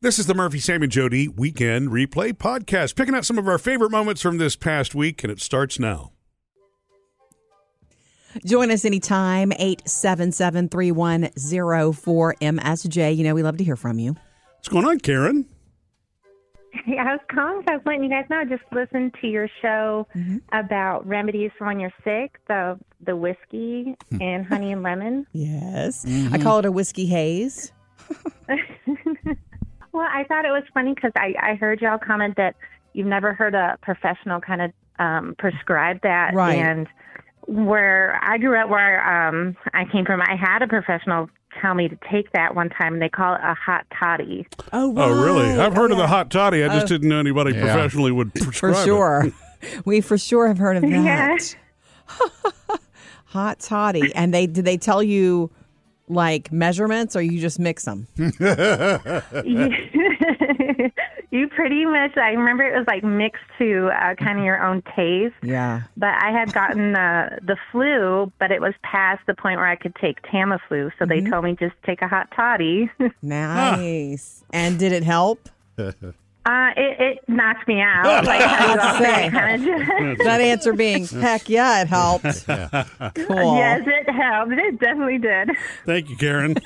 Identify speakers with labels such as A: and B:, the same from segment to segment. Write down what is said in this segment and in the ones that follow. A: This is the Murphy, Sam, and Jody Weekend Replay Podcast, picking out some of our favorite moments from this past week, and it starts now.
B: Join us anytime, 877 3104 MSJ. You know, we love to hear from you.
A: What's going on, Karen?
C: Yeah, I was calling. So I was letting you guys know. I just listened to your show about remedies for when you're sick. The the whiskey and honey and lemon.
B: Yes. I
A: Mm-hmm.
B: call it a whiskey haze.
C: Well, I thought it was funny because I I heard y'all comment that you've never heard a professional kind of um, prescribe that.
B: Right.
C: And where I grew up, where um, I came from, I had a professional tell me to take that one time. and They call it a hot toddy.
B: Oh,
A: Oh, really?
B: right.
A: I've heard of the hot toddy. I just didn't know anybody
D: Yeah.
A: professionally would
B: Uh, For
A: prescribe it.
B: sure. we for sure have heard of that.
C: Yeah.
B: Hot toddy. And they did they tell you like measurements or you just mix them?
A: Hmm.
C: you pretty much. I remember it was like mixed to uh, kind of your own taste.
B: Yeah.
C: But I had gotten the the flu, but it was past the point where I could take Tamiflu, so they told me just take a hot toddy. uh,
B: Nice. And did it help?
C: Uh, it, it knocked me out. Like, I was
B: Say.
C: kind of just,
B: That answer being, heck yeah, it helped. Cool.
C: yes, it helped. It definitely did.
A: Thank you, Karen.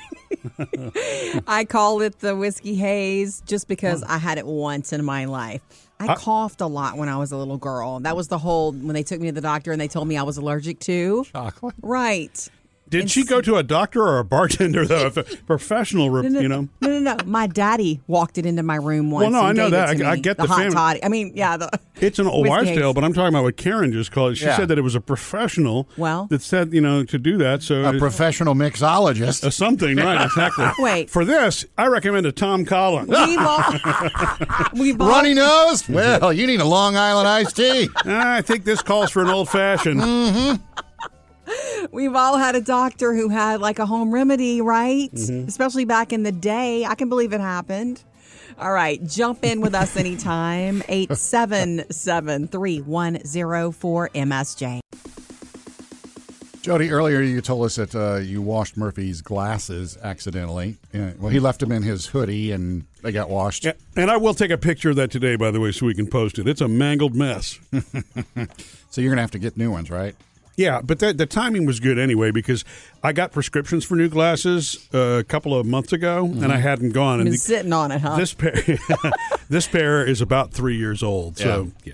B: I call it the whiskey haze just because
A: Mm.
B: I had it once in my life. I coughed a lot when I was a little girl. That was the whole when they took me to the doctor and they told me I was allergic to.
D: Chocolate.
B: Right.
A: Did she go to a doctor or a bartender, though? If a professional, re- you know?
B: No, no, no. My daddy walked it into my room once.
A: no,
B: and
A: I know
B: gave
A: that.
B: it to
A: I- I
B: me,
A: get
B: the,
A: the
B: hot
A: fam-
B: toddy. I mean, yeah, the
A: It's an old
B: Whiskey
A: wives' tale,
B: haze.
A: but I'm talking about what Karen just called. She
D: Yeah.
A: said that it was a professional
B: Well.
A: that said, you know, to do that. So
D: A
A: it-
D: professional
A: uh,
D: mixologist.
A: something, right? Exactly.
B: Wait.
A: For this, I recommend a Tom Collins.
B: we've all, we've all
D: Runny nose? Well, you need a Long Island iced tea.
A: I think this calls for an old
B: Mm.
A: fashioned.
B: We've all had a doctor who had like a home remedy, right?
D: Mm-hmm.
B: Especially back in the day. I can believe it happened. All right, jump in with us anytime. 877 3104 MSJ.
D: Jody, earlier you told us that uh, you washed Murphy's glasses accidentally. Yeah, well, he left them in his hoodie and they got washed.
A: Yeah, and I will take a picture of that today, by the way, so we can post it. It's a mangled mess.
D: So you're going to have to get new ones, right?
A: yeah, but that, the timing was good anyway because I got prescriptions for new glasses uh, a couple of months ago, and I hadn't gone. And
B: Been
A: the-
B: sitting on it, huh?
A: this pair, this pair is about three years old. So yeah,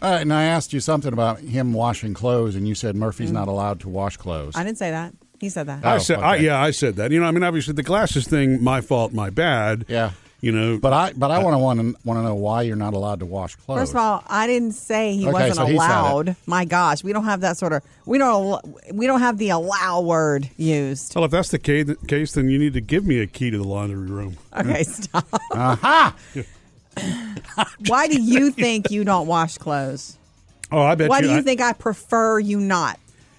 D: All right, and I asked you something about him washing clothes, and you said Murphy's not allowed to wash clothes.
B: Mm. I didn't say that. He said that.
A: I
D: Oh,
A: said, I,
D: okay.
A: yeah, I said that. You know, I mean, obviously the glasses thing, my fault, my bad.
D: Yeah.
A: you know,
D: But I, but I
A: Uh,
D: want to want to want to know why you're not allowed to wash clothes.
B: First of all, I didn't say he
D: Okay,
B: wasn't
D: so he said it.
B: allowed. My gosh, we don't have that sort of we don't al- we don't have the allow word used.
A: well, if that's the ca- case, then you need to give me a key to the laundry room.
D: Oh.
B: Okay, stop. Why do you think you don't wash clothes?
A: Oh, I bet.
B: Why do you
A: I-
B: think I prefer you not?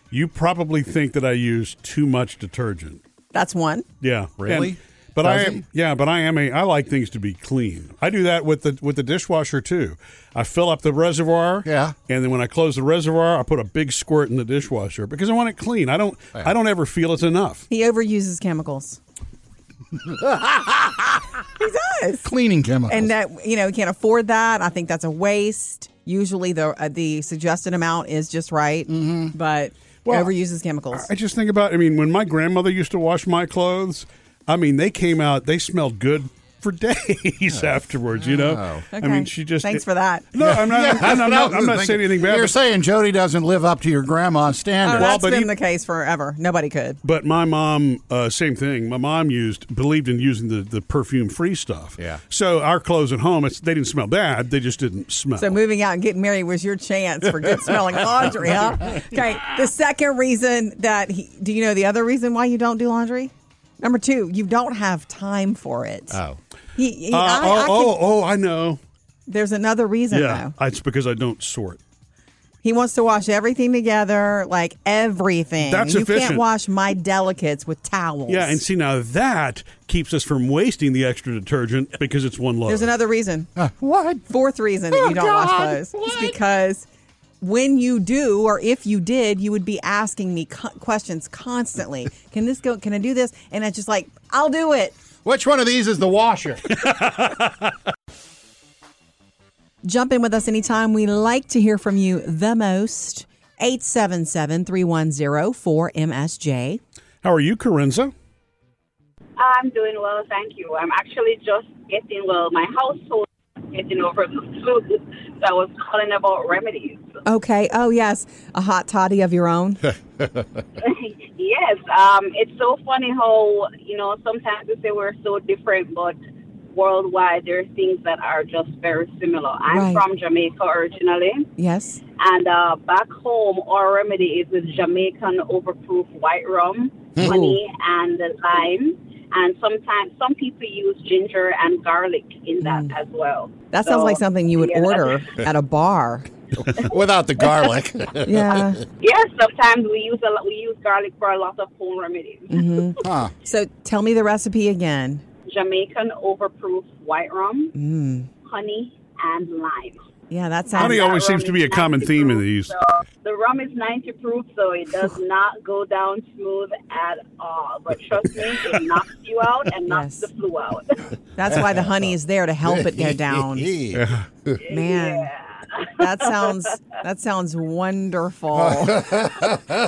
A: You probably think that I use too much detergent.
B: That's one.
A: Yeah,
D: Really?
A: And- but I
D: Does
A: am,
D: he?
A: yeah, but I am a. I like things to be clean. I do that with the with the dishwasher too. I fill up the reservoir.
D: Yeah.
A: And then when I close the reservoir, I put a big squirt in the dishwasher because I want it clean. I don't. I don't ever feel it's enough.
B: He overuses chemicals. he does.
D: cleaning chemicals.
B: And that you know, he can't afford that. I think that's a waste. Usually the uh, the suggested amount is just right, but
A: Mm-hmm. Well,
B: overuses chemicals.
A: I just think about. I mean, when my grandmother used to wash my clothes, I mean, they came out. They smelled good for days afterwards. You know. I mean,
B: Okay.
A: she just.
B: Thanks for that.
A: No, I'm not.
D: Oh. Yeah,
A: I'm not, I'm
D: that's
A: not,
D: what I was
A: saying
D: thinking.
A: anything bad.
D: You're
A: but-
D: saying Jody doesn't live up to your grandma's
B: Oh,
D: standard.
A: Well,
B: that's
A: but
B: been
A: he-
B: the case forever. Nobody could.
A: But my mom, uh, same thing. My mom used believed in using the, the perfume free stuff.
D: Yeah.
A: So our clothes at home, it's, they didn't smell bad. They just didn't smell.
B: So moving out and getting married was your chance for good smelling laundry, huh? Okay. The second reason that he, do you know the other reason why you don't do laundry? Number two, you don't have time for it.
D: Oh.
B: He, he-
A: Uh,
B: I-
A: oh,
B: I can-
A: oh, oh, I know.
B: There's another reason
A: Yeah,
B: though.
A: it's because I don't sort.
B: He wants to wash everything together, like everything.
A: That's
B: you
A: efficient.
B: can't wash my delicates with towels.
A: Yeah, and see now that keeps us from wasting the extra detergent because it's one load.
B: there's another reason.
D: What?
B: Fourth reason that you don't
D: God.
B: wash clothes is because when you do, or if you did, you would be asking me co- questions constantly. Can this go? Can I do this? And it's just like, I'll do it.
D: Which one of these is the washer?
B: Jump in with us anytime. We like to hear from you the most. 877 310 4MSJ.
A: How are you, Corinza?
E: I'm doing well, thank you. I'm actually just getting well. My household is getting over the flu, so I was calling about remedies.
B: Okay. Oh, yes. A hot toddy of your own.
E: yes, um, it's so funny how you know sometimes we say we're so different, but worldwide there are things that are just very similar. I'm
B: Right.
E: from Jamaica originally,
B: yes.
E: and uh, back home our remedy is with Jamaican overproof white rum,
B: Hmm.
E: honey, and lime. And sometimes some people use ginger and garlic in that as well.
B: Hmm. That sounds
E: So,
B: like something you would
E: yeah,
B: order at a bar.
D: Without the garlic.
B: Yeah.
E: Yes, sometimes we use a lot, we use garlic for a lot of home remedies.
B: Mm-hmm.
D: Huh.
B: So tell me the recipe again.
E: Jamaican overproof white rum,
B: Mm.
E: honey, and lime.
B: Yeah, that sounds.
A: Honey
E: that
A: always
E: rum
A: seems to be
E: is
A: a common
E: 90
A: theme in
E: proof,
A: these.
E: so the rum is 90 proof, so it does not go down smooth at all. But trust me, it knocks you out and knocks
B: Yes.
E: the flu out.
B: That's why the honey is there to help it go down. Man. That sounds that sounds wonderful.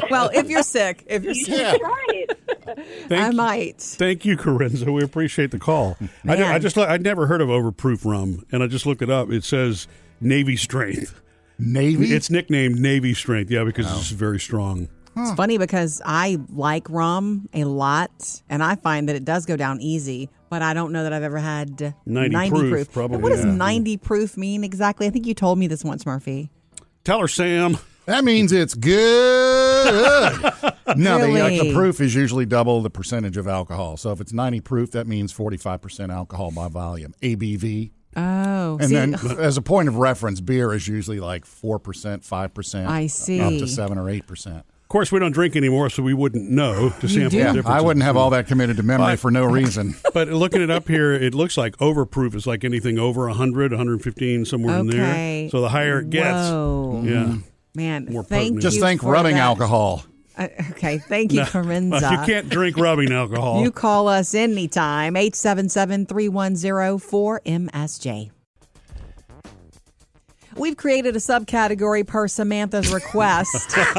B: well, if you're sick, if you're
E: You
B: sick,
E: should
D: Yeah.
E: try it.
B: I
A: Thank
B: uh,
A: you.
B: might.
A: Thank you, Corinza. We appreciate the call. I, ju- I
B: Man.
A: just I never heard of overproof rum, and I just looked it up. It says Navy strength.
D: Navy?
A: It's nicknamed Navy strength, yeah, because it's very strong.
B: It's funny because I like rum a lot, and I find that it does go down easy. But I don't know that I've ever had
A: 90 proof, probably,
B: And what does
A: yeah.
B: 90 proof mean exactly? I think you told me this once, Murphy.
A: Tell her, Sam.
D: that means it's good. no, the, like, the
B: Really?
D: proof is usually double the percentage of alcohol. So if it's 90 proof, that means 45% alcohol by volume, ABV.
B: Oh,
D: And
B: see,
D: then, as a point of reference, beer is usually like 4%, 5%.
B: I
D: Up
B: see.
D: to 7 or 8%.
A: Of course, we don't drink anymore, so we wouldn't know to sample
B: do?
A: the
D: Yeah,
A: difference.
D: I wouldn't have all that committed to memory
A: Right.
D: for no reason.
A: But looking it up here, it looks like overproof is like anything over 100, 115, somewhere in
B: Okay.
A: there. So the higher it gets.
B: Whoa.
D: Hmm.
A: Yeah.
B: man,
A: More
B: thank
A: pertinent.
B: you.
D: Just think
B: for
D: rubbing
B: that.
D: alcohol.
B: Uh, okay, thank you, Corinza.
A: you can't drink rubbing alcohol.
B: You call us anytime, 877 310 4MSJ. We've created a subcategory per Samantha's request to,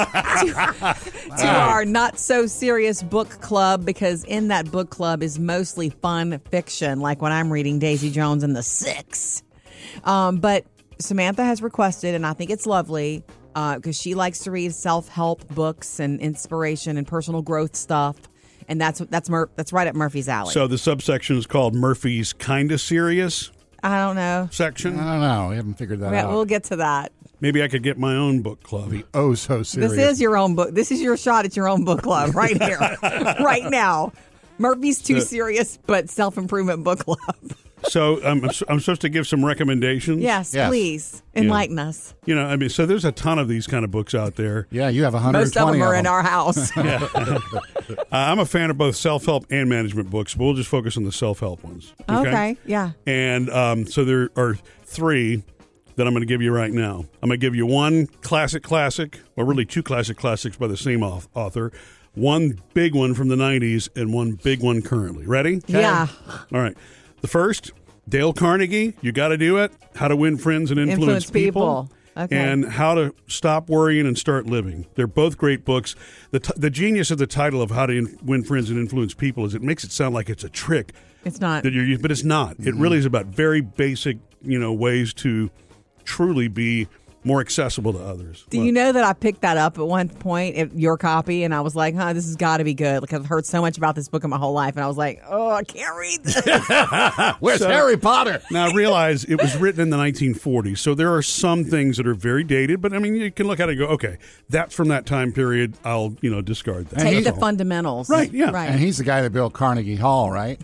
B: to our Not So Serious book club because in that book club is mostly fun fiction, like when I'm reading Daisy Jones and the Six. Um, but Samantha has requested, and I think it's lovely because she likes to read self help books and inspiration and personal growth stuff, and that's that's Mur- that's right up Murphy's alley.
A: so the subsection is called Murphy's Kinda Serious
B: I don't know.
A: section.
D: I don't know. We haven't figured that
B: We-
D: out.
B: We'll get to that.
A: Maybe I could get my own book club.
D: oh, so serious.
B: This is your own book. This is your shot at your own book club right here, right now. Murphy's too serious, but self improvement book club.
A: So um, I'm, I'm supposed to give some recommendations.
B: Yes,
D: Yes.
B: please enlighten us.
A: You know, I mean, so there's a ton of these kind of books out there.
D: Yeah, you have
B: Most
D: 120
B: of them are in
D: them.
B: our house.
A: Uh, I'm a fan of both self help and management books, but we'll just focus on the self help ones.
B: okay, yeah.
A: And um, so there are three that I'm going to give you right now. I'm going to give you one classic classic, or really two classic classics by the same auth- author, one big one from the 90s, and one big one currently. Ready?
B: Yeah.
A: All right. The first, Dale Carnegie, You Got to Do It How to Win Friends and Influence,
B: Influence People. Okay.
A: And How to Stop Worrying and Start Living. They're both great books. The, t- the genius of the title of How to in- Win Friends and Influence People is it makes it sound like it's a trick
B: It's not.
A: that you're using, but it's not. It
D: Mm-hmm.
A: really is about very basic, you know, ways to truly be more accessible to others.
B: Do you know that I picked that up at one point, at your copy, and I was like, huh, this has got to be good. Like, I've heard so much about this book in my whole life, and I was like, oh, I can't read this.
D: Where's Harry Potter?
A: Now, I realize it was written in the 1940s, so there are some things that are very dated, but I mean, you can look at it and go, okay, that's from that time period. I'll, you know, discard that.
B: Take
A: That's
B: the
A: all.
B: fundamentals.
A: Right, yeah.
D: And
B: Right.
D: he's the guy that built Carnegie Hall, right?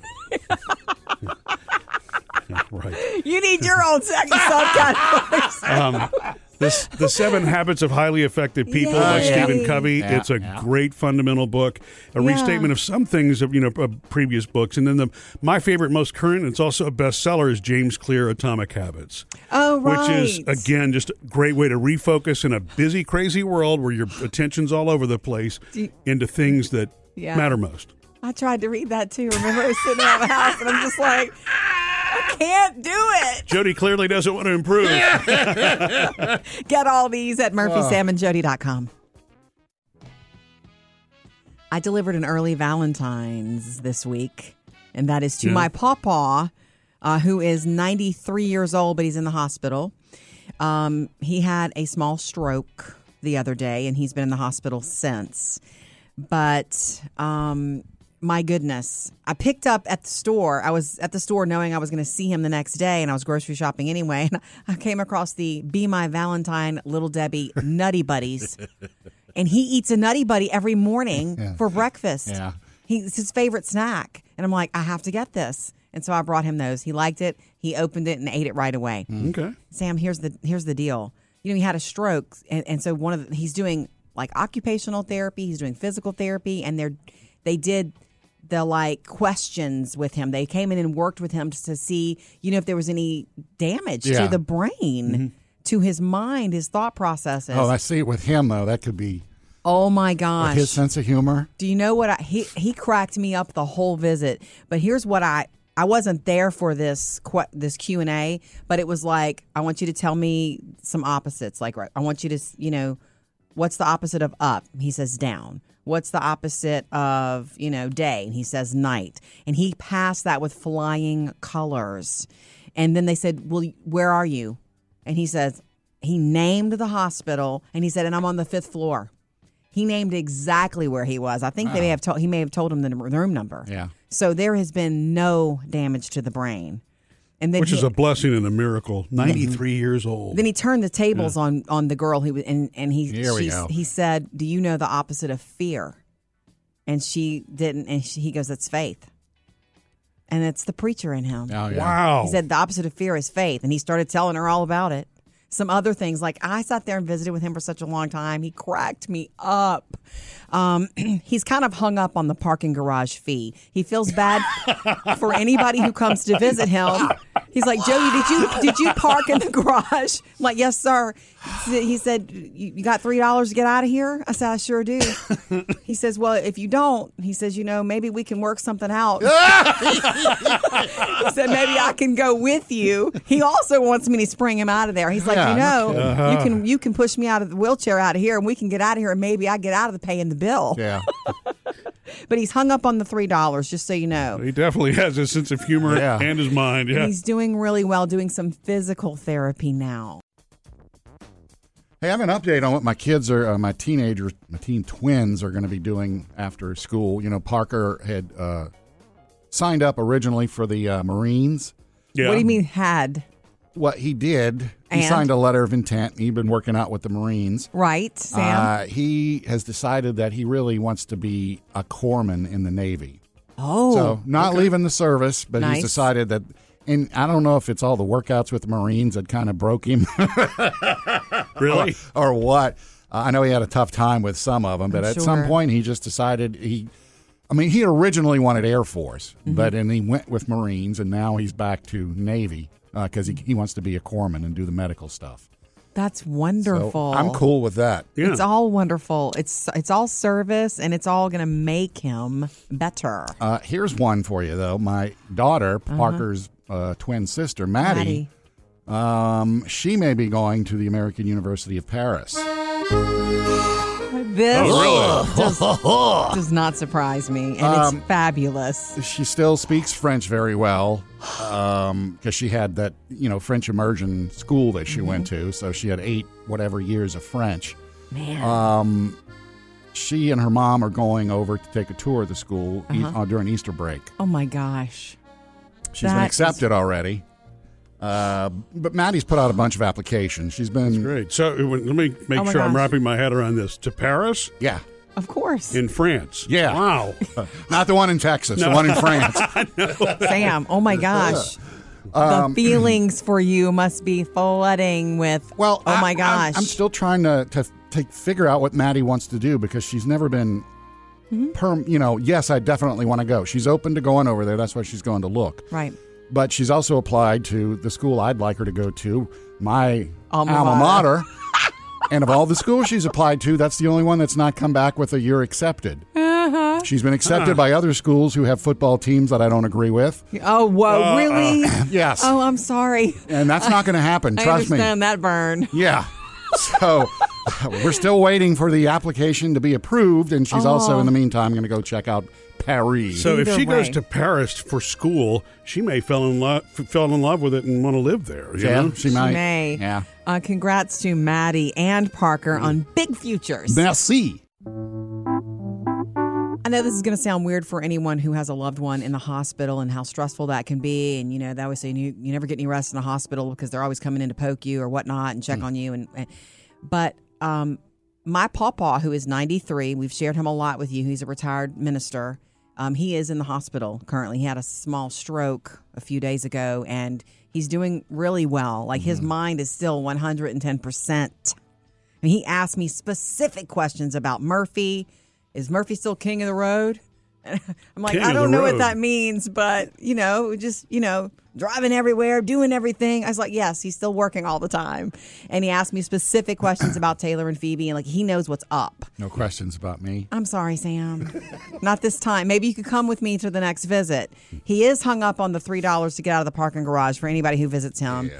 A: Yeah, right.
B: You need your own second subcategories.
A: Um, this, the Seven Habits of Highly Effective People by
B: Yay.
A: Stephen Covey.
D: Yeah,
A: it's a
D: yeah.
A: great fundamental book, a
B: Yeah.
A: restatement of some things of you know of previous books, and then the my favorite, most current, it's also a bestseller is James Clear Atomic Habits.
B: Oh,
A: which
B: right.
A: is again just a great way to refocus in a busy crazy world where your attention's all over the place
B: Do you-
A: into things that
B: Yeah.
A: matter most
B: I tried to read that too. Remember, I was sitting around the house, and I'm just like, I can't do it.
A: Jody clearly doesn't want to improve.
B: Get all these at murphysamandjody.com. I delivered an early Valentine's this week, and that is to
A: Yeah.
B: my pawpaw, uh, who is 93 years old, but he's in the hospital. Um, he had a small stroke the other day, and he's been in the hospital since. But um, my goodness, I picked up at the store. I was at the store knowing I was going to see him the next day, and I was grocery shopping anyway. And I came across the Be My Valentine Little Debbie Nutty Buddies. And he eats a Nutty Buddy every morning for breakfast.
D: Yeah.
B: He, it's his favorite snack. And I'm like, I have to get this. And so I brought him those. He liked it. He opened it and ate it right away.
A: okay.
B: Sam, here's the here's the deal. You know, he had a stroke, and, and so one of the, he's doing like occupational therapy. He's doing physical therapy, and they're they did the like questions with him. They came in and worked with him to see you know if there was any damage
D: Yeah. Mm-hmm.
B: to the brain, to his mind, his thought processes.
D: Oh, I see it with him though. That could be
B: Oh my gosh!
D: his sense of humor.
B: Do you know what I he he cracked me up the whole visit. But here's what I I wasn't there for this que- this Q&A, but it was like I want you to tell me some opposites. Like right, I want you to, s- you know, what's the opposite of up? He says down. What's the opposite of, you know, day? And he says night. And he passed that with flying colors. And then they said, "Well, where are you?" And he says he named the hospital and he said, "And I'm on the 5th floor." He named exactly where he was. I think they may have told he may have told him the num- room number.
D: Yeah.
B: So there has been no damage to the brain, and then
A: Which
B: he, Mm-hmm.
A: is a blessing and a miracle. 93 years old.
B: then he turned the tables on on the girl who was and and he
D: Hmm. Here we
B: she,
D: go.
B: he said, "Do you know the opposite of fear?" And she didn't. And she, he goes, "It's faith," and it's the preacher in him.
D: Oh, yeah.
A: Wow.
B: He said the opposite of fear is faith, and he started telling her all about it. Some other things like I sat there and visited with him for such a long time. He cracked me up. Um, he's kind of hung up on the parking garage fee. He feels bad for anybody who comes to visit him. He's like, Jody, did you did you park in the garage? I'm like, yes, sir. He said, you you got three dollars to get out of here. I said, I sure do. He says, well, if you don't, he says, you know, maybe we can work something out. He said maybe I can go with you. He also wants me to spring him out of there. He's like,
D: Yeah, Uh-huh.
B: you know,
D: no
B: you can you can push me out of the wheelchair out of here, and we can get out of here, and maybe I get out of the paying the bill.
D: Yeah.
B: But he's hung up on the three dollars, just so you know.
A: He definitely has a sense of humor
D: Yeah.
A: and his mind. Yeah.
B: And he's doing really well, doing some physical therapy now.
D: Hey, I have an update on what my kids are, uh, my teenagers, my teen twins are going to be doing after school. You know, Parker had uh, signed up originally for the uh, Marines.
A: yeah.
B: What do you mean had?
D: What he did,
B: And?
D: he signed a letter of intent. He'd been working out with the Marines.
B: Right, Sam?
D: Uh, he has decided that he really wants to be a corpsman in the Navy.
B: oh,
D: So not leaving the service, but
B: Nice.
D: he's decided that. And I don't know if it's all the workouts with the Marines that kind of broke him
A: Really?
D: or what. Uh, I know he had a tough time with some of them, but
B: I'm
D: at some
B: sure.
D: point he just decided he. I mean, he originally wanted Air Force,
B: Mm-hmm.
D: but and he went with Marines, and now he's back to Navy because he, he wants to be a corpsman and do the medical stuff.
B: that's
D: So
B: wonderful.
D: I'm cool with that.
A: Yeah.
B: It's all wonderful. It's it's all service, and it's all going to make him better.
D: Uh, here's one for you though. My daughter,
B: Mm-hmm.
D: Parker's uh, twin sister, Maddie,
B: Maddie.
D: um, she may be going to the American University of Paris.
B: This
A: Oh,
B: does, does not surprise me, and
D: Um,
B: it's fabulous.
D: She still speaks French very well because she had that you know French immersion school that she went to, so she had eight whatever years of French.
B: Mm-hmm. Man.
D: Um, she and her mom are going over to take a tour of the school e-
B: Uh-huh.
D: uh, during Easter break.
B: Oh my gosh.
D: She's been
B: That
D: accepted already. Uh, but Maddie's put out a bunch of applications. She's been
A: Great. So it went- let me make
B: Oh my
A: sure I'm
B: gosh.
A: wrapping my head around this. To Paris
D: yeah,
B: Of course.
A: in France.
D: Yeah.
A: Wow.
D: Not the one in Texas, the one in France.
B: Sam, oh my gosh.
D: Um,
B: the feelings for you must be flooding with,
D: Well,
B: oh
D: I-
B: my
D: I'm-
B: gosh.
D: I'm, still trying to to take figure out what Maddie wants to do because she's never been
B: Mm-hmm.
D: perm. You know, yes, I definitely want to go. She's open to going over there. That's why she's going to look.
B: right.
D: But she's also applied to the school I'd like her to go to, my
B: Alma
D: alma,
B: mater.
D: mater. and of all the schools she's applied to, that's the only one that's not come back with a "you're accepted."
B: Yeah.
D: She's been accepted by other schools who have football teams that I don't agree with.
B: Oh, whoa, really?
D: Uh, Yes.
B: Oh, I'm sorry.
D: And that's not going to happen.
B: I
D: Trust me.
B: understand that burn.
D: Yeah. So we're still waiting for the application to be approved, and she's also, in the meantime, going to go check out Paris.
A: So if
B: Either
A: she goes
B: way.
A: to Paris for school, she may fell in love fell in love with it and want to live there. You
D: yeah,
A: know?
D: she might.
B: May.
D: Yeah. Mm-hmm.
B: Uh, congrats to Maddie and Parker on big futures.
D: Merci.
B: I know this is going to sound weird for anyone who has a loved one in the hospital and how stressful that can be. And, you know, they always say you, you never get any rest in the hospital because they're always coming in to poke you or whatnot and check on you. And, and- But um, my pawpaw, who is 93, we've shared him a lot with you. He's a retired minister. Um, he is in the hospital currently. He had a small stroke a few days ago and he's doing really well. Like his mind is still 110%. And he asked me specific questions about Murphy. Is Murphy still king of the road? I'm like,
A: King
B: I
A: of
B: don't
A: the
B: know what
A: road.
B: that means, but you know, just you know, driving everywhere, doing everything. I was like, yes, he's still working all the time. And he asked me specific questions about Taylor and Phoebe, and like he knows what's up.
D: No questions about me.
B: I'm sorry, Sam. Not this time. Maybe you could come with me to the next visit. He is hung up on the three dollars to get out of the parking garage for anybody who visits him.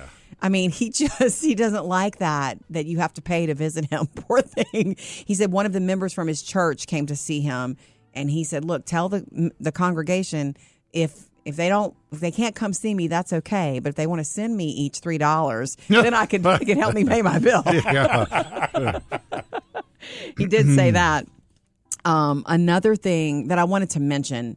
B: I mean, he just he doesn't like that that you have to pay to visit him. Poor thing. He said one of the members from his church came to see him, and he said, "Look, tell the the congregation if." If they don't, if they can't come see me, that's okay. But if they want to send me each three dollars, then I could, it could help me pay my bill. he did say that. Um, another thing that I wanted to mention,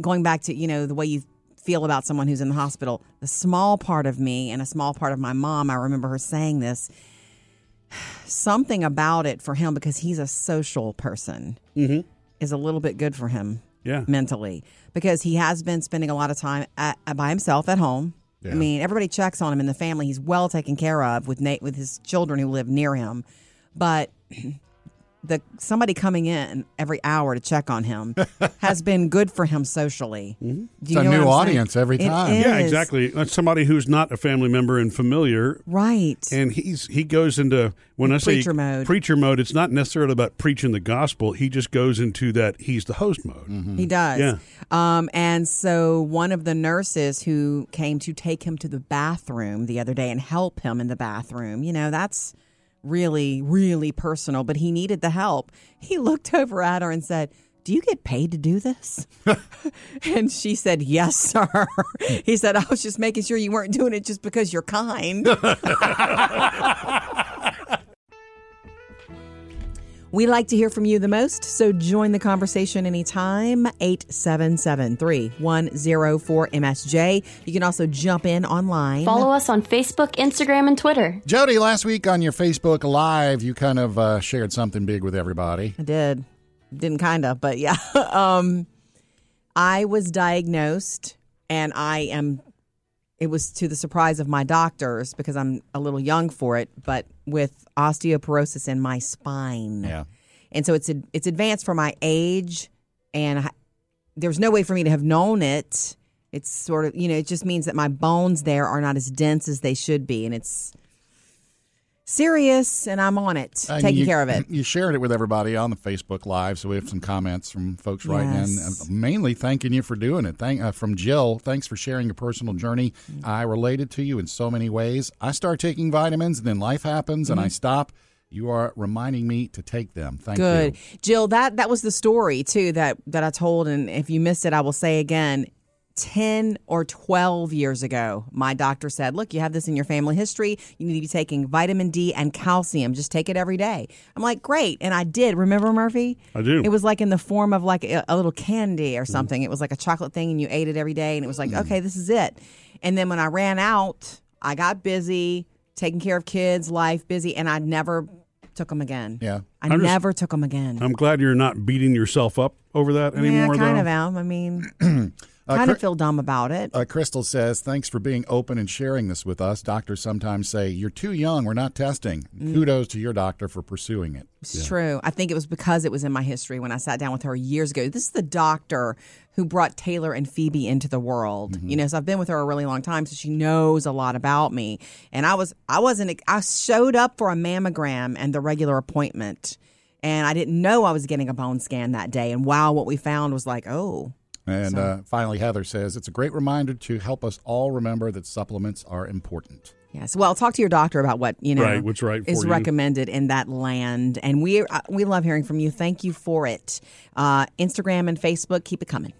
B: going back to you know the way you feel about someone who's in the hospital, the small part of me and a small part of my mom, I remember her saying this. Something about it for him because he's a social person is a little bit good for him
A: Yeah.
B: mentally because he has been spending a lot of time at, at- by himself at home. I mean, everybody checks on him in the family. He's well taken care of with Nate with his children who live near him, but the somebody coming in every hour to check on him has been good for him socially. Do you
D: Mm-hmm. It's
B: know
D: a
B: what
D: new
B: I'm saying?
D: audience every
B: It
D: time.
A: Yeah,
B: is.
A: exactly. That's somebody who's not a family member and familiar.
B: Right.
D: Mm-hmm.
A: And he's he goes into when I say
B: Preacher mode.
A: preacher mode, it's not necessarily about preaching the gospel. He just goes into that he's the host mode.
B: He does.
A: Yeah.
B: Um, and so one of the nurses who came to take him to the bathroom the other day and help him in the bathroom, you know, that's really, really personal, but he needed the help. He looked over at her and said, do you get paid to do this? and she said, Yes, sir. He said, I was just making sure you weren't doing it just because you're kind. We like to hear from you the most, so join the conversation anytime. 877 3104 MSJ. You can also jump in online.
F: Follow us on Facebook, Instagram, and Twitter.
D: Jody, last week on your Facebook Live, you kind of uh, shared something big with everybody.
B: I did. Didn't kind of, but yeah. um, I was diagnosed and I am, it was to the surprise of my doctors because I'm a little young for it, but with osteoporosis in my spine.
D: Yeah.
B: and so it's ad- it's advanced for my age, and I, there's no way for me to have known it. It's sort of you know it just means that my bones there are not as dense as they should be, and it's serious, and I'm on it,
D: And
B: taking
D: you-
B: care of it.
D: You shared it with everybody on the Facebook Live, so we have some comments from folks writing in,
B: Yes.
D: and mainly thanking you for doing it. Thank uh, from Jill. Thanks for sharing your personal journey.
B: Mm.
D: I related to you in so many ways. I start taking vitamins, and then life happens,
B: Mm-hmm.
D: and I stop. You are reminding me to take them. Thank
B: Good,
D: you.
B: Jill. That that was the story too that that I told, and if you missed it, I will say again. 10 or 12 years ago, my doctor said, Look, you have this in your family history. You need to be taking vitamin D and calcium. Just take it every day. I'm like, Great. And I did. Remember, Murphy?
A: I do.
B: It was like in the form of like a, a little candy or something. It was like a chocolate thing, and you ate it every day. And it was like, Okay, this is it. And then when I ran out, I got busy taking care of kids, life, busy, and I never took them again.
D: Yeah.
B: I
A: I'm just-
B: never took them again.
A: I'm glad you're not beating yourself up over that anymore
B: yeah, kind
A: though. Uh,
B: of am. I mean, kind of feel dumb about it.
D: Uh, Crystal says, "Thanks for being open and sharing this with us." Doctors sometimes say, "You're too young. We're not testing."
B: Mm.
D: Kudos to your doctor for pursuing it.
B: It's true. I think it was because it was in my history when I sat down with her years ago. This is the doctor who brought Taylor and Phoebe into the world.
A: Mm-hmm.
B: You know, so I've been with her a really long time, so she knows a lot about me. And I was, I wasn't, I showed up for a mammogram and the regular appointment. And I didn't know I was getting a bone scan that day. And wow, what we found was like, oh,
D: And uh, finally, Heather says it's a great reminder to help us all remember that supplements are important.
B: Yes. Well, talk to your doctor about what you know
A: Right, what's right for
B: is
A: you.
B: recommended in that land, and we uh, we love hearing from you. Thank you for it. Uh, Instagram and Facebook, keep it coming.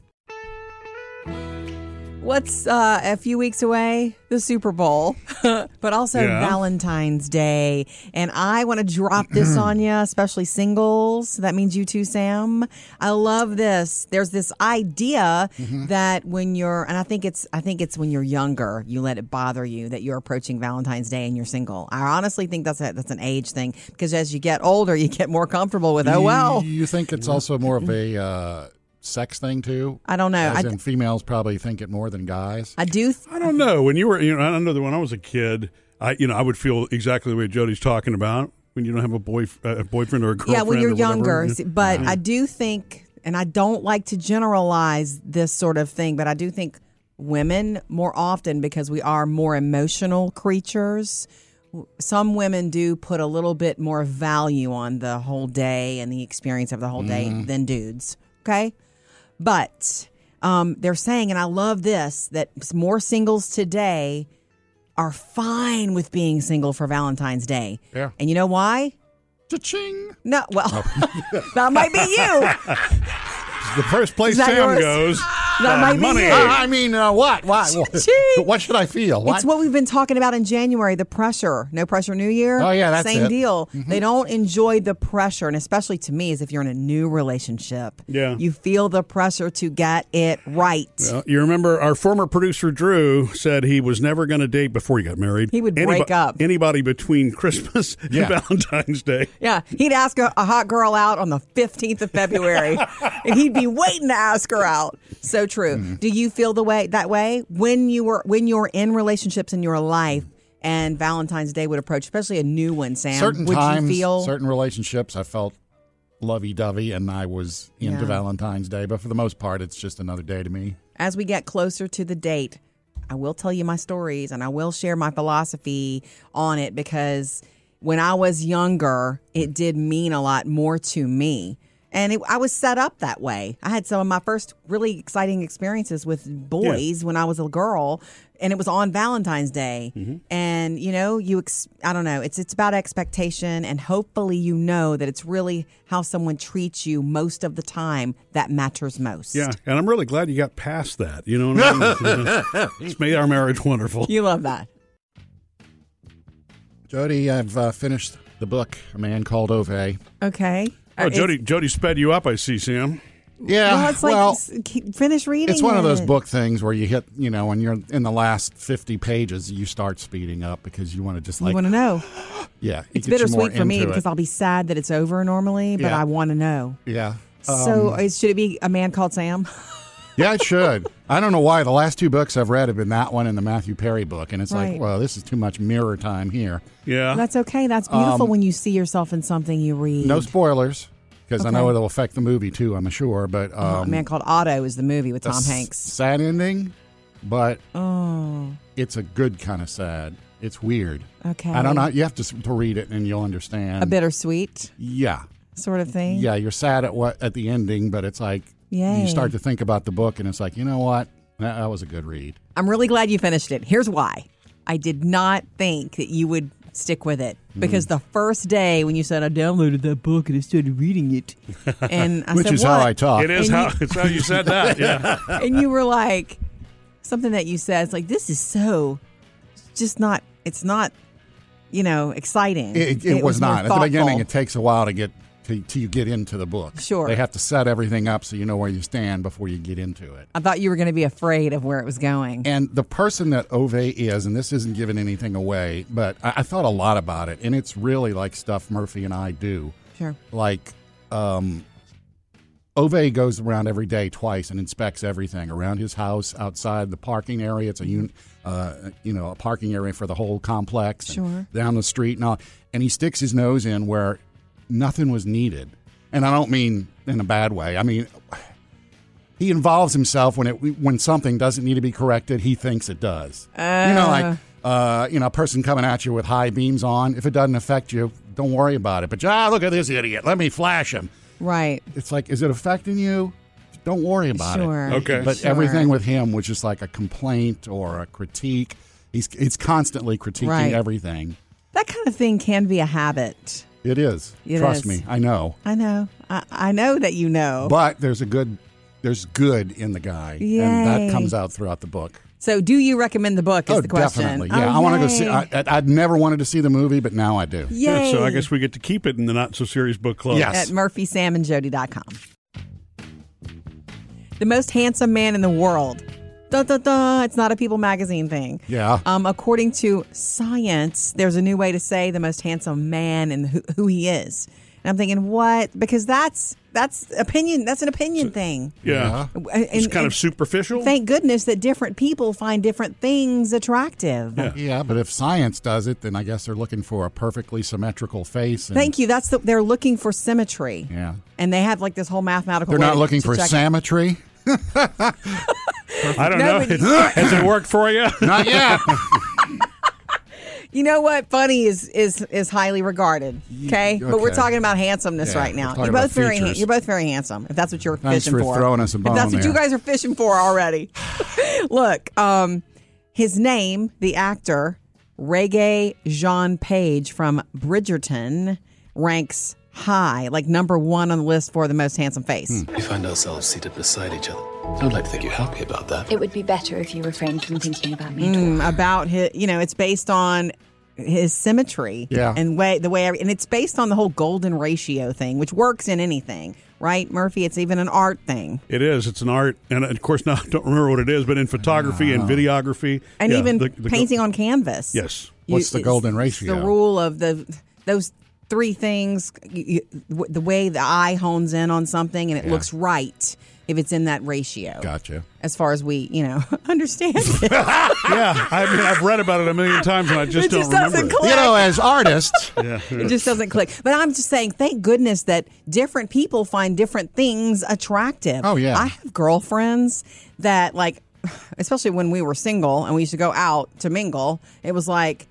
B: What's uh, a few weeks away? The Super Bowl, but also
A: Yeah.
B: Valentine's Day, and I want to drop this on you, especially singles. That means you too, Sam. I love this. There's this idea that when you're, and I think it's, I think it's when you're younger, you let it bother you that you're approaching Valentine's Day and you're single. I honestly think that's a, that's an age thing because as you get older, you get more comfortable with, oh well.
D: You, you think it's also more of a uh, sex thing too?
B: I don't know.
D: As
B: I-
D: in, females probably think it more than guys.
B: I do. th-
A: I don't know. When you were, you know, I know that when I was a kid, I, you know, I would feel exactly the way Jody's talking about when you don't have a boy, a boyfriend or a girlfriend.
B: yeah, when you're
A: or whatever.
B: younger.
A: Yeah. Mm-hmm.
B: See, But I do think, and I don't like to generalize this sort of thing, but I do think women more often, because we are more emotional creatures, w- some women do put a little bit more value on the whole day and the experience of the whole
A: Mm-hmm.
B: day than dudes. Okay. But um, they're saying, and I love this, that more singles today are fine with being single for Valentine's Day.
D: Yeah.
B: And you know why?
D: Cha-ching!
B: No, well,
D: Oh.
B: that might be you.
D: The first place
B: Is that
D: Sam
B: yours?
D: goes.
B: That might
A: money.
B: be you.
D: I I mean, uh, what? Why?
B: Cha-ching.
D: What should I feel? What?
B: It's what we've been talking about in January, the pressure. No pressure New Year.
D: Oh, yeah, that's
B: Same
D: it. Mm-hmm.
B: deal. They don't enjoy the pressure, and especially to me is if you're in a new relationship.
A: Yeah.
B: You feel the pressure to get it right.
A: Well, you remember our former producer Drew said he was never going to date before he got married.
B: He would break up.
A: anybody between Christmas and
D: Yeah.
A: Valentine's Day.
B: Yeah, he'd ask a, a hot girl out on the 15th of February, and he'd be waiting to ask her out. So true.
D: Mm-hmm.
B: Do you feel the way that way when you were when you're in relationships in your life and Valentine's Day would approach, especially a new one, Sam?
D: certain
B: would
D: times,
B: you feel
D: certain relationships, I felt lovey-dovey, and I was into
B: Yeah.
D: Valentine's Day. But for the most part, it's just another day to me.
B: as we get closer to the date, I will tell you my stories and I will share my philosophy on it because when I was younger, it did mean a lot more to me. And it, I was set up that way. I had some of my first really exciting experiences with boys when I was a girl, and it was on Valentine's Day. And you know, you ex- I don't know. It's it's about expectation, and hopefully, you know that it's really how someone treats you most of the time that matters most.
A: Yeah, and I'm really glad you got past that. You know, what I mean? it's made our marriage wonderful.
B: you love that.
D: Jody, I've uh, finished the book, A Man Called Ove.
B: Okay.
A: Oh,
B: Or is-
A: Jody, Jody sped you up. I see, Sam.
D: Yeah,
B: Well, it's like s- keep- finish reading.
D: It's one of those
B: it.
D: book things where you hit, you know, when you're in the last 50 pages, you start speeding up because you want to just
B: You
D: like,
B: want to know?
D: yeah, it
B: It's
D: gets you more
B: bittersweet for me
D: into it.
B: because I'll be sad that it's over normally, but
D: Yeah. Um,
B: I want to know.
D: yeah.
B: so is, should it be a man called Sam?
D: Uh, yeah, it should. I don't know why the last two books I've read have been that one and the Matthew Perry book, and it's
B: Right.
D: like, well, this is too much mirror time here.
A: Yeah,
B: That's okay. That's beautiful when you see yourself in something you read.
D: um, No spoilers because I know
B: Okay.
D: it'll affect the movie too. I'm sure, but um,
B: a man called Otto is the movie with
D: a
B: Tom
D: s-
B: Hanks.
D: sad ending, but
B: Oh,
D: it's a good kind of sad. It's weird.
B: okay.
D: I don't know. You have to, s- to read it and you'll understand.
B: A bittersweet
D: Yeah.
B: sort of thing.
D: Yeah, you're sad at what at the ending, but it's like
B: Yay.
D: you start to think about the book, and it's like, you know what? That, that was a good read.
B: I'm really glad you finished it. Here's why. I did not think that you would stick with it
D: Mm-hmm.
B: because the first day when you said I downloaded that book and I started reading it, and I
D: Which
B: said,
D: is
B: what?
D: how I talk.
A: it is
B: And
A: how
B: you-
A: it's how you said that. Yeah,
B: and you were like something that you said it's like this is so it's just not it's not you know exciting
D: It, it was,
B: more
D: not at the beginning.
B: thoughtful.
D: It takes a while to get to, to you get into the book.
B: Sure.
D: they have to set everything up so you know where you stand before you get into it.
B: i thought you were going to be afraid of where it was going
D: And the person that Ove is, and this isn't giving anything away, but I, I thought a lot about it, and it's really like stuff Murphy and I do.
B: sure
D: like um Ove goes around every day twice and inspects everything around his house, outside the parking area. It's a un, uh, you know a parking area for the whole complex, and
B: Sure.
D: down the street and all. And he sticks his nose in where nothing was needed, and I don't mean in a bad way. I mean he involves himself when it when something doesn't need to be corrected. He thinks it does. you know, like uh, you know, a person coming at you with high beams on. If it doesn't affect you, Don't worry about it. But ah, look at this idiot. Let me flash him.
B: Right.
D: It's like, is it affecting you? Don't worry about
B: Sure.
D: it.
A: Okay.
D: But
B: sure.
D: everything with him was just like a complaint or a critique. He's it's constantly critiquing
B: Right.
D: everything.
B: That kind of thing can be a habit.
D: It is.
B: It
D: Trust
B: is.
D: me, I know.
B: I know. I, I know that you know.
D: But there's a good there's good in the guy, and
B: Yay.
D: that comes out throughout the book.
B: so, do you recommend the book? Is the question.
D: definitely.
B: Oh,
D: Yeah, I want to go
B: yay.
D: see. I, I, I'd never wanted to see the movie, but now I do.
B: Yay.
A: So I guess we get to keep it in the not so serious book club.
B: at
D: Yes.
B: murphysamandjody.com. The most handsome man in the world. Dun, dun, dun. It's not a People magazine thing.
D: Yeah.
B: Um, according to science, there's a new way to say the most handsome man and who, who he is. And I'm thinking, what? Because that's that's opinion. That's an opinion thing.
A: Yeah.
B: And,
A: It's
B: and-
A: kind of superficial.
B: Thank goodness that different people find different things attractive.
D: Yeah, but if science does it, then I guess they're looking for a perfectly symmetrical face. And,
B: Thank you. That's the, they're looking for symmetry.
D: Yeah.
B: And they have like this whole mathematical.
D: They're
B: way
D: not
B: to-
D: looking
B: to
D: for
B: check it.
D: symmetry.
A: I don't know.
B: No, but you-
A: Has it worked for you?
D: Not yet.
B: You know what? Funny is is is highly regarded. Okay, but we're
D: okay.
B: talking about handsomeness
D: Yeah,
B: right
D: we're
B: now.
D: talking
B: You're both
D: about
B: very
D: features.
B: you're both very handsome. If that's what you're
D: Thanks
B: fishing
D: for throwing us a
B: If that's
D: bone
B: what you
D: there.
B: guys are fishing for already. Look, um, his name, the actor Reggae Jean Page from Bridgerton, ranks high, like number one on the list for the most handsome
D: Hmm.
B: face.
G: We find ourselves seated beside each other. I'd like to think you're happy about that.
H: It would be better if you refrained from thinking about me.
B: about his you know it's based on his symmetry
D: Yeah.
B: and way the way every, and it's based on the whole golden ratio thing which works in anything right murphy it's even an art thing
A: It is. It's an art, and of course, now I don't remember what it is, but in photography and videography,
B: and
A: yeah,
B: even
A: the- the-
B: painting on canvas
A: Yes.
D: What's the
B: it's-
D: golden
B: it's
D: ratio?
B: the rule of the those three things you, you, w- the way the eye hones in on something and it looks right if it's in that ratio
D: Gotcha.
B: as far as we you know understand it,
A: yeah, I mean, I've read about it a million times, and I just
B: It
A: don't
B: just
A: remember.
B: doesn't
A: it.
B: click.
D: You know, as artists,
B: it just doesn't click. But I'm just saying, thank goodness that different people find different things attractive.
D: Oh, yeah.
B: I have girlfriends that like, especially when we were single and we used to go out to mingle. It was like.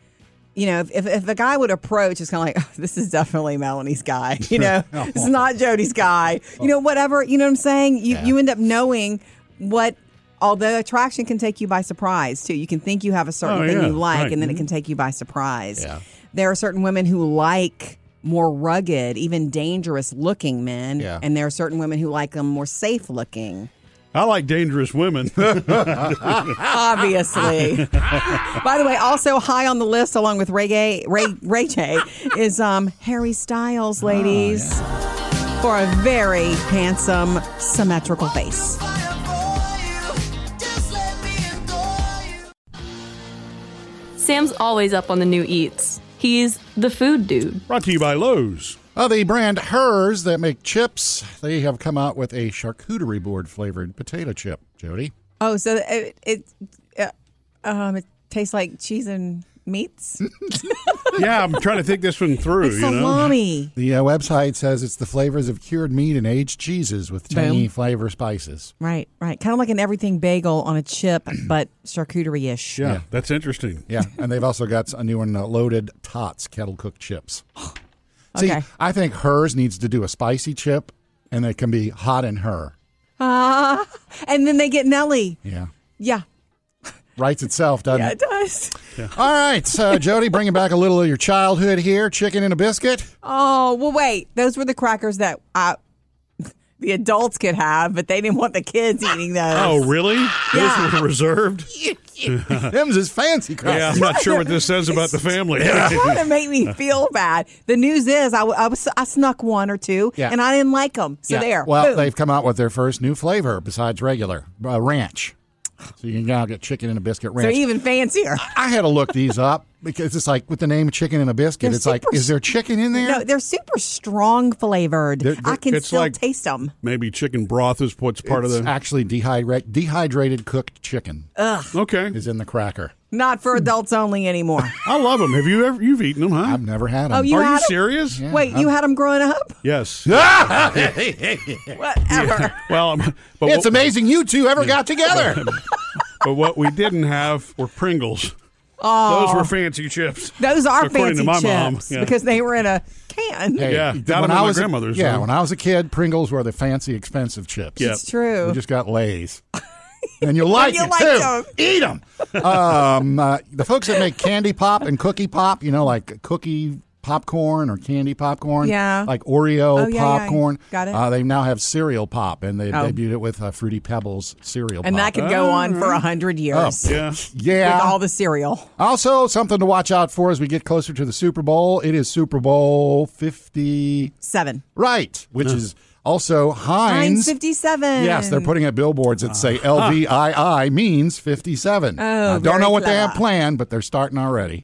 B: You know, if, if, if a guy would approach, it's kind of like, oh, this is definitely Melanie's guy. You know, it's not Jody's guy. You know, whatever. You know what I'm saying? You, you end up knowing what, although attraction can take you by surprise too. You can think you have a certain
A: Oh,
B: thing
A: yeah,
B: you like,
A: right.
B: and then it
A: Mhm.
B: can can take you by surprise.
D: Yeah.
B: There are certain women who like more rugged, even dangerous looking men,
D: Yeah.
B: and there are certain women who like them more safe looking.
A: I like dangerous women.
B: Obviously. by the way, also high on the list, along with reggae, Ray Ray J, is um, Harry Styles, ladies, for a very handsome, symmetrical face.
F: Sam's always up on the new eats. He's the food dude.
A: Brought to you by Lowe's.
D: uh, the brand Hers that make chips, they have come out with a charcuterie board flavored potato chip, Jody.
B: Oh, so it it, uh, um, it tastes like cheese and meats,
A: Yeah, I'm trying to think this one through. you know,
B: salami.
D: The uh, website says it's the flavors of cured meat and aged cheeses with tangy flavor spices.
B: Right, right. Kind of like an everything bagel on a chip, but charcuterie ish.
A: yeah, that's interesting.
D: Yeah, and they've also got a new one, uh, loaded tots, kettle cooked chips. See,
B: Okay.
D: I think hers needs to do a spicy chip, and they can be hot in her.
B: Ah, and then they get Nelly.
D: Yeah,
B: Yeah,
D: writes itself, doesn't
B: yeah, it
D: it?
B: does.
D: All right, so Jody, bringing back a little of your childhood here, chicken and a biscuit.
B: Oh, well, wait. Those were the crackers that I, the adults could have, but they didn't want the kids eating those.
A: Oh, really?
B: Yeah.
A: Those were reserved.
D: Them's is fancy crap.
A: Yeah, I'm not sure what this says about the family.
B: Kind of make
A: Uh-huh.
B: me feel bad. The news is, I, w- I was I snuck one or two,
D: Yeah.
B: and I didn't like them. So
D: Yeah.
B: there.
D: Well,
B: boom.
D: they've come out with their first new flavor besides regular uh, ranch. So you can now get chicken and a biscuit
B: They're
D: ranch.
B: even fancier.
D: I had to look these up because it's like with the name chicken and a biscuit,
B: They're
D: it's like,
B: super-
D: is there chicken in there?
B: No, they're super strong flavored. I can
A: it's
B: still
A: like-
B: taste them.
A: Maybe chicken broth is what's part
D: it's
A: of the.
D: actually dehydrate, dehydrated cooked chicken
B: Uh.
A: Okay,
D: is in the cracker.
B: Not for adults only anymore.
A: I love them. Have you ever? You've eaten them, huh?
D: I've never had them.
B: Oh, you
A: Are you
B: had 'em?
A: serious?
B: Wait, you had them growing up?
A: Yes.
B: Whatever.
A: Well, um, but
D: it's
A: what,
D: amazing you two ever got together.
A: But what we didn't have were Pringles. Oh. Those were fancy chips.
B: Those are
A: According
B: fancy
A: to my mom,
B: chips
A: yeah.
B: because they were in a can.
D: Hey,
A: Yeah, got 'em
D: when
A: at
D: I
A: my
D: was a-
A: grandmother's,
D: Yeah,
A: huh?
D: when I was a kid, Pringles were the fancy, expensive chips.
A: Yeah.
B: It's true.
D: We just got Lay's. And you like
B: you
D: it
B: like
D: too.
B: them.
D: Eat them. um, uh, the folks that make candy pop and cookie pop, you know, like cookie popcorn or candy popcorn.
B: Yeah.
D: Like Oreo
B: Oh, yeah, yeah.
D: popcorn.
B: Got it.
D: Uh, they now have cereal pop, and they
B: Oh.
D: debuted it with uh, Fruity Pebbles cereal
B: and
D: pop.
B: that could
A: Uh-huh.
B: go on for a
A: Oh,
B: hundred years
A: Yeah.
D: yeah.
B: with all the cereal.
D: also, something to watch out for as we get closer to the Super Bowl. It is Super Bowl 50-
B: Seven.
D: Right, which is also
B: Heinz
D: Heinz.
B: 57.
D: Yes, they're putting up billboards that say LVII means 57. I don't
B: very
D: know what they have
B: clever.
D: planned, but they're starting already.